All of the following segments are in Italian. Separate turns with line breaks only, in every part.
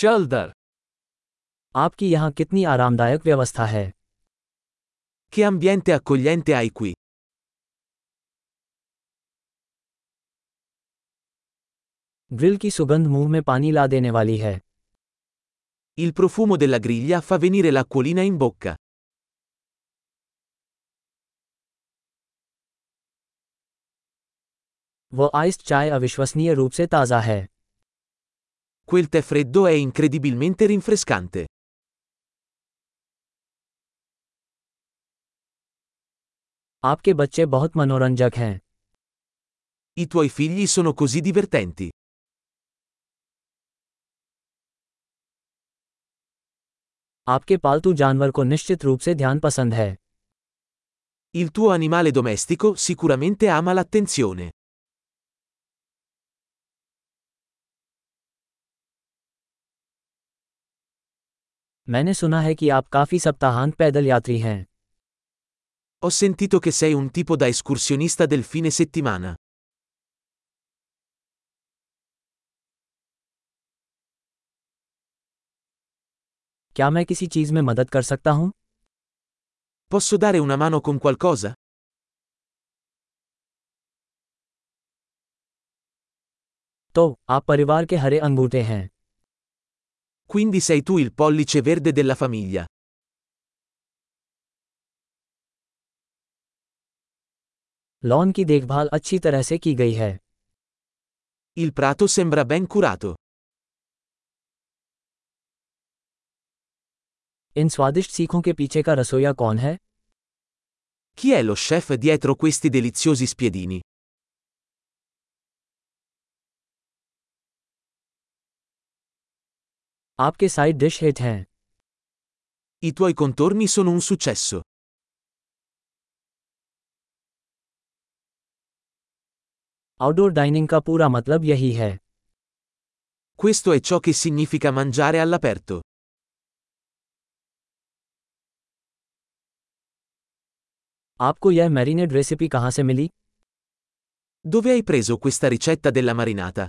चल दर
आपकी यहाँ कितनी आरामदायक व्यवस्था है
Che ambiente accogliente hai qui?
Grill की सुगंध मुंह में पानी ला देने वाली है
Il profumo della griglia fa venire l'acquolina in bocca.
वो आइस्ड चाय अविश्वसनीय रूप से ताज़ा है
Quel tè freddo è incredibilmente rinfrescante.
आपके बच्चे बहुत मनोरंजक हैं
I tuoi figli sono così divertenti.
आपके पालतू जानवर को निश्चित रूप से ध्यान पसंद है
Il tuo animale domestico sicuramente ama l'attenzione.
मैंने सुना है कि आप काफ़ी सप्ताहांत पैदल यात्री हैं
Ho sentito che sei un tipo da escursionista del fine settimana.
क्या मैं किसी चीज़ में मदद कर सकता हूँ
Posso dare una mano con qualcosa?
तो आप परिवार के हरे अंगूठे हैं
Quindi sei tu il pollice verde della famiglia.
Lawn की देखभाल अच्छी तरह से की गई है
Il prato sembra ben curato.
इन स्वादिष्ट सीखों के पीछे का रसोईया कौन है
Chi è lo chef dietro questi deliziosi spiedini?
आपके साइड डिश हिट हैं
I tuoi contorni sono un successo.
Outdoor dining का पूरा मतलब यही है
Questo è ciò che significa mangiare all'aperto.
आपको यह मैरिनेड रेसिपी कहाँ से मिली
Dove hai preso questa ricetta della marinata?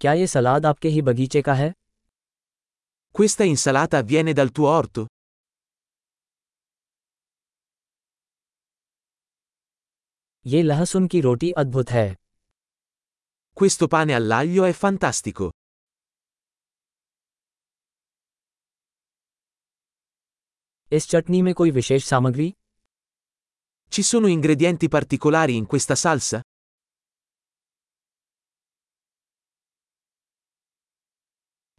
क्या ये सलाद आपके ही बगीचे का है
Questa insalata viene dal tuo orto?
ये लहसुन की रोटी अद्भुत है
Questo pane all'aglio è fantastico.
इस चटनी में कोई विशेष सामग्री
Ci sono ingredienti particolari in questa salsa?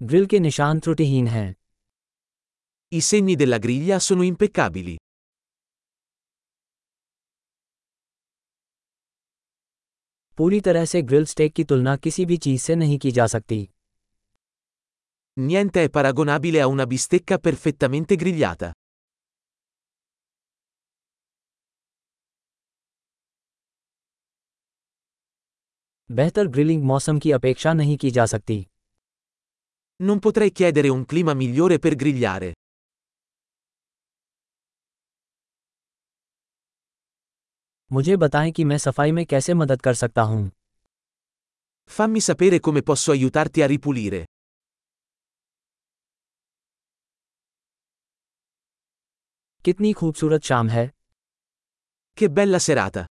Grill के निशान त्रुटिहीन हैं
I segni della griglia sono impeccabili.
पूरी तरह से ग्रिल स्टेक की तुलना किसी भी चीज़ से नहीं की जा सकती
Niente è paragonabile a una bistecca perfettamente grigliata.
बेहतर ग्रिलिंग मौसम की अपेक्षा नहीं की जा सकती
Non potrei chiedere un clima migliore per grigliare.
मुझे बताएं कि मैं सफाई में कैसे मदद कर सकता हूँ
Fammi sapere come posso aiutarti a ripulire.
कितनी खूबसूरत शाम है
Che bella serata!